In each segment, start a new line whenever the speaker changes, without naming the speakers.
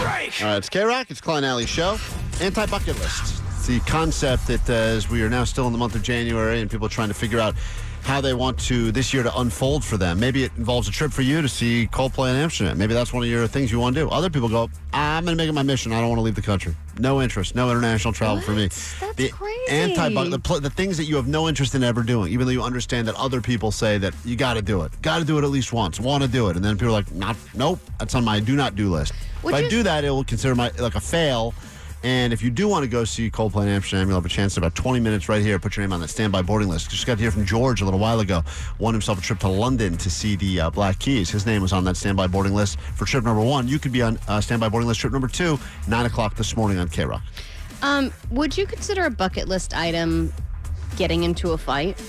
All right, it's K Rock, it's Klein Alley Show. Anti bucket list. It's the concept that uh, as we are now still in the month of January and people are trying to figure out how they want to this year to unfold for them. Maybe it involves a trip for you to see Coldplay in Amsterdam. Maybe that's one of your things you want to do. Other people go, I'm going to make it my mission. I don't want to leave the country. No interest, no international travel for me.
That's
the
crazy.
Anti bucket, the, pl- the things that you have no interest in ever doing, even though you understand that other people say that you got to do it, got to do it at least once, want to do it, and then people are like, not, nope, that's on my do not do list.
Would
if I
you-
do that, it will consider my like a fail. And if you do want to go see Coldplay in Amsterdam, you'll have a chance in about 20 minutes right here. Put your name on the standby boarding list. Just got to hear from George a little while ago. Won himself a trip to London to see the uh, Black Keys. His name was on that standby boarding list for trip number one. You could be on uh, standby boarding list trip number two, 9 o'clock this morning on K Rock.
Um, would you consider a bucket list item getting into a fight?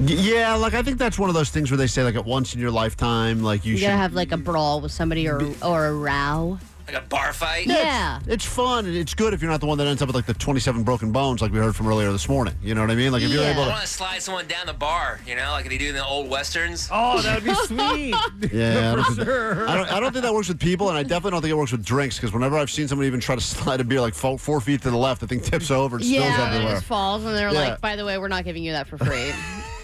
Y- yeah, like I think that's one of those things where they say, like, at once in your lifetime, like, you,
You
should
gotta have like a brawl with somebody or or a row.
Like a bar fight?
Yeah.
It's fun and it's good if you're not the one that ends up with like the 27 broken bones, like we heard from earlier this morning. You know what I mean? Like if you're
Yeah.
able
I
to,
want to slide someone down the bar, you know, like they do in the old westerns.
Oh, that would be sweet.
Yeah, I don't, think,
sure.
I, don't, I don't think that works with people, and I definitely don't think it works with drinks because whenever I've seen somebody even try to slide a beer like four, four feet to the left, the thing tips over and spills
Yeah, and it
everywhere.
just falls, and they're
Yeah.
like, "By the way, we're not giving you that for free."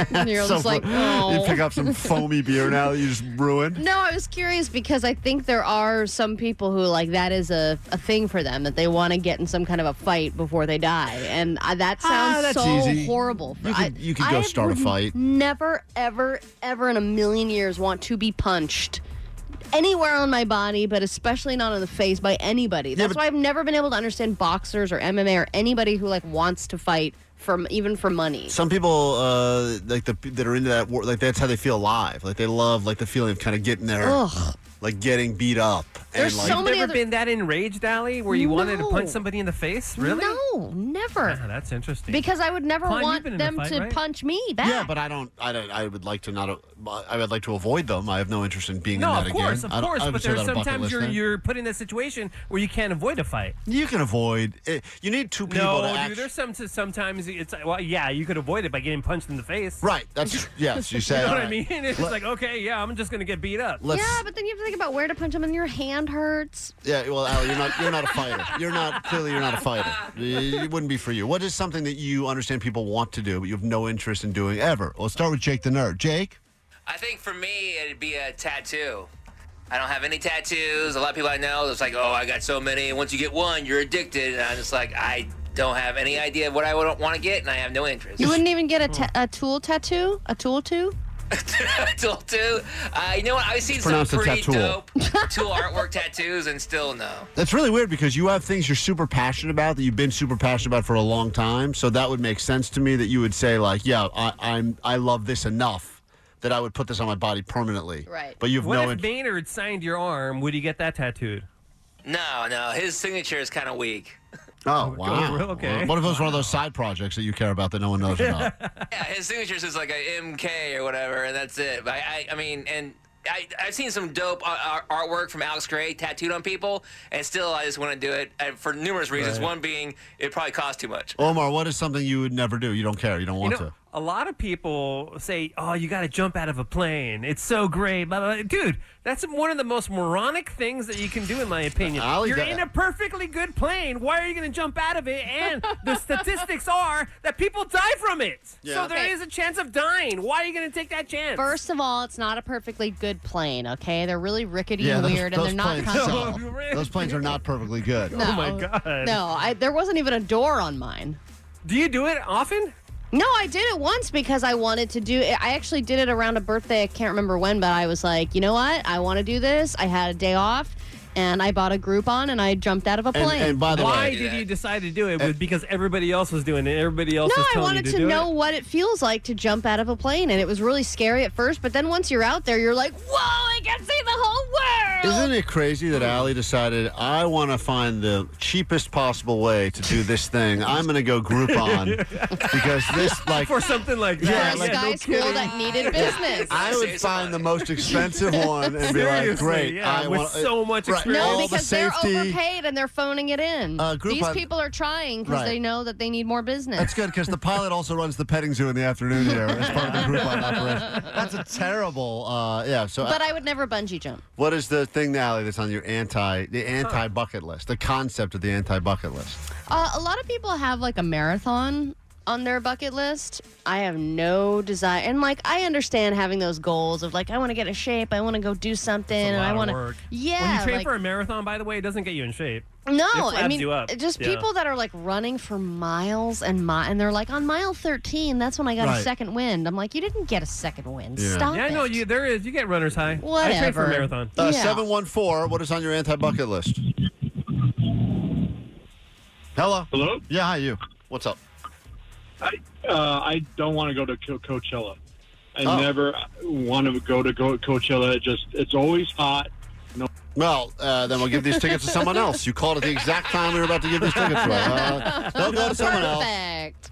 and you're
So
just like,
fu-
"Oh."
You pick up some foamy beer now that you just ruined.
No, I was curious because I think there are some people who like that is a, a thing for them that they want to get in some kind of a fight before they die, and I, that
Ah,
sounds
that's
so
easy.
horrible. for-
You
I-
could- you could go
I
start a
would
fight.
Never, ever, ever in a million years want to be punched anywhere on my body, but especially not in the face by anybody. That's
but-
why I've never been able to understand boxers or MMA or anybody who like wants to fight from even for money.
Some people uh, like the that are into that war, like that's how they feel alive. Like they love like the feeling of kind of getting there,
Ugh.
like getting beat up.
There's
and like,
so
You've
many
never
other-
been that enraged, Allie, where you wanted to
No.
punch somebody in the face? Really?
No, never.
Ah, that's interesting.
Because I would never
Klein, you've
want
been in a
them
fight,
to
right?
punch me back.
Yeah, but I don't. I don't. I would like to not. uh, I would like to avoid them. I have no interest in being
no,
in that
of course,
again. I
of
don't-
course.
I would
But
say
there's
that a bucket
sometimes
list
you're
thing.
you're put in a situation where you can't avoid a fight.
You can avoid. It. You need two people
No,
to
dude.
act-
There's some sometimes it's well, yeah, you could avoid it by getting punched in the face.
Right. That's yes. You say.
You know
all
what I
right,
mean? It's like okay, yeah, I'm just gonna get beat up.
Let's.
yeah, but then you have to think about where to punch them, and your hand hurts.
Yeah, Well, Al, you're not. You're not a fighter. You're not. Clearly, you're not a fighter. It wouldn't be for you. What is something that you understand people want to do, but you have no interest in doing ever? Well, let's start with Jake the nerd. Jake.
I think for me, it'd be a tattoo. I don't have any tattoos. A lot of people I know, it's like, oh, I got so many. Once you get one, you're addicted. And I'm just like, I don't have any idea of what I would want to get, and I have no interest.
You wouldn't even get
Oh.
a, ta- a tool tattoo, a tool too.
Tool too. Uh, you know what? I've seen some
Pronounce it
pretty
tattoo.
dope tool artwork tattoos, and still no.
That's really weird because you have things you're super passionate about that you've been super passionate about for a long time. So that would make sense to me that you would say like, "Yeah, I, I'm I love this enough that I would put this on my body permanently."
Right.
But you've
What
no.
if
int-
Maynard signed your arm? Would you get that tattooed?
No, no. His signature is kind of weak.
oh wow.
real- okay.
What if it was one of those side projects that you care about that no one knows about?
Yeah, his signature's just like a MK or whatever, and that's it. But I, I, I mean, and I, I've seen some dope uh, ar- ar- artwork from Alex Gray tattooed on people, and still I just want to do it uh, for numerous reasons. One being it probably costs too much.
Omar, what is something you would never do? You don't care. You don't
You
want
know, a lot of people say, "Oh, you got to jump out of a plane. It's so great." Blah, blah, blah. Dude, that's one of the most moronic things that you can do, in my opinion.
I'll
You're
get-
in a perfectly good plane. Why are you going to jump out of it? And the statistics are that people die from it. So there is
Okay.
a chance of dying. Why are you going to take that chance?
First of all, it's not a perfectly good plane. Okay, they're really rickety
to.
and
those-
weird, and
those
they're not.
planes
comfortable.
suck.
No.
Those planes are not perfectly good.
No.
oh my god.
No, I, there wasn't even a door on mine.
Do you do it often?
No, I did it once because I wanted to do it. I actually did it around a birthday. I can't remember when, but I was like, you know what? I want to do this. I had a day off, and I bought a Groupon, and I jumped out of a
And,
plane.
and by the
Why
way,
did you decide to do it? Was because everybody else was doing it. Everybody else
No,
was
I
telling
wanted
you
to,
to, do
know
it.
what it feels like to jump out of a plane, and it was really scary at first. But then once you're out there, you're like, "Whoa, I can see the whole world.
Isn't it crazy that Allie decided I want to find the cheapest possible way to do this thing? I'm going to go Groupon because this like
for something like
Yeah,
that.
like,
guy
no
school that needed business.
I would
Saves a lot.
find the most expensive one and be like,
Seriously,
great.
yeah,
I
with
want
so much
right,
experience.
No,
all the
because they're
safety-
overpaid and they're phoning it in.
Uh,
These
Groupon-
people are trying because
Right.
they know that they need more business.
That's good because the pilot also runs the petting zoo in the afternoon here as part of the Groupon operation. That's a terrible, uh, yeah. So,
But I would never bungee jump.
what is the thing, Allie, that's on your anti the anti bucket list? The concept of the anti bucket list.
Uh, a lot of people have like a marathon on their bucket list. I have no desire, and like I understand having those goals of like I want to get in shape, I want to go do something,
It's a
and
lot
I
of
want
work.
to. Yeah,
When you train
like-
for a marathon, by the way, it doesn't get you in shape.
No,
It
I
flabs
mean,
you up.
just
Yeah.
people that are like running for miles and mi- and they're like on mile thirteen. That's when I got
Right.
a second wind. I'm like, you didn't get a second wind.
Yeah.
Stop.
Yeah, I
it.
know you. There is. You get runner's high. I train for
Whatever.
a marathon.
Uh,
Yeah.
714, what is on your anti bucket list? Hello.
Hello?
Yeah, hi, you. What's up?
I uh, I don't want to go to Co- Coachella. I
Oh.
never want to go to Go- Coachella. It just it's always hot.
Well, uh, then we'll give these tickets to someone else. You called at the exact time we were about to give these tickets to. Uh, they'll go to someone else.
Perfect.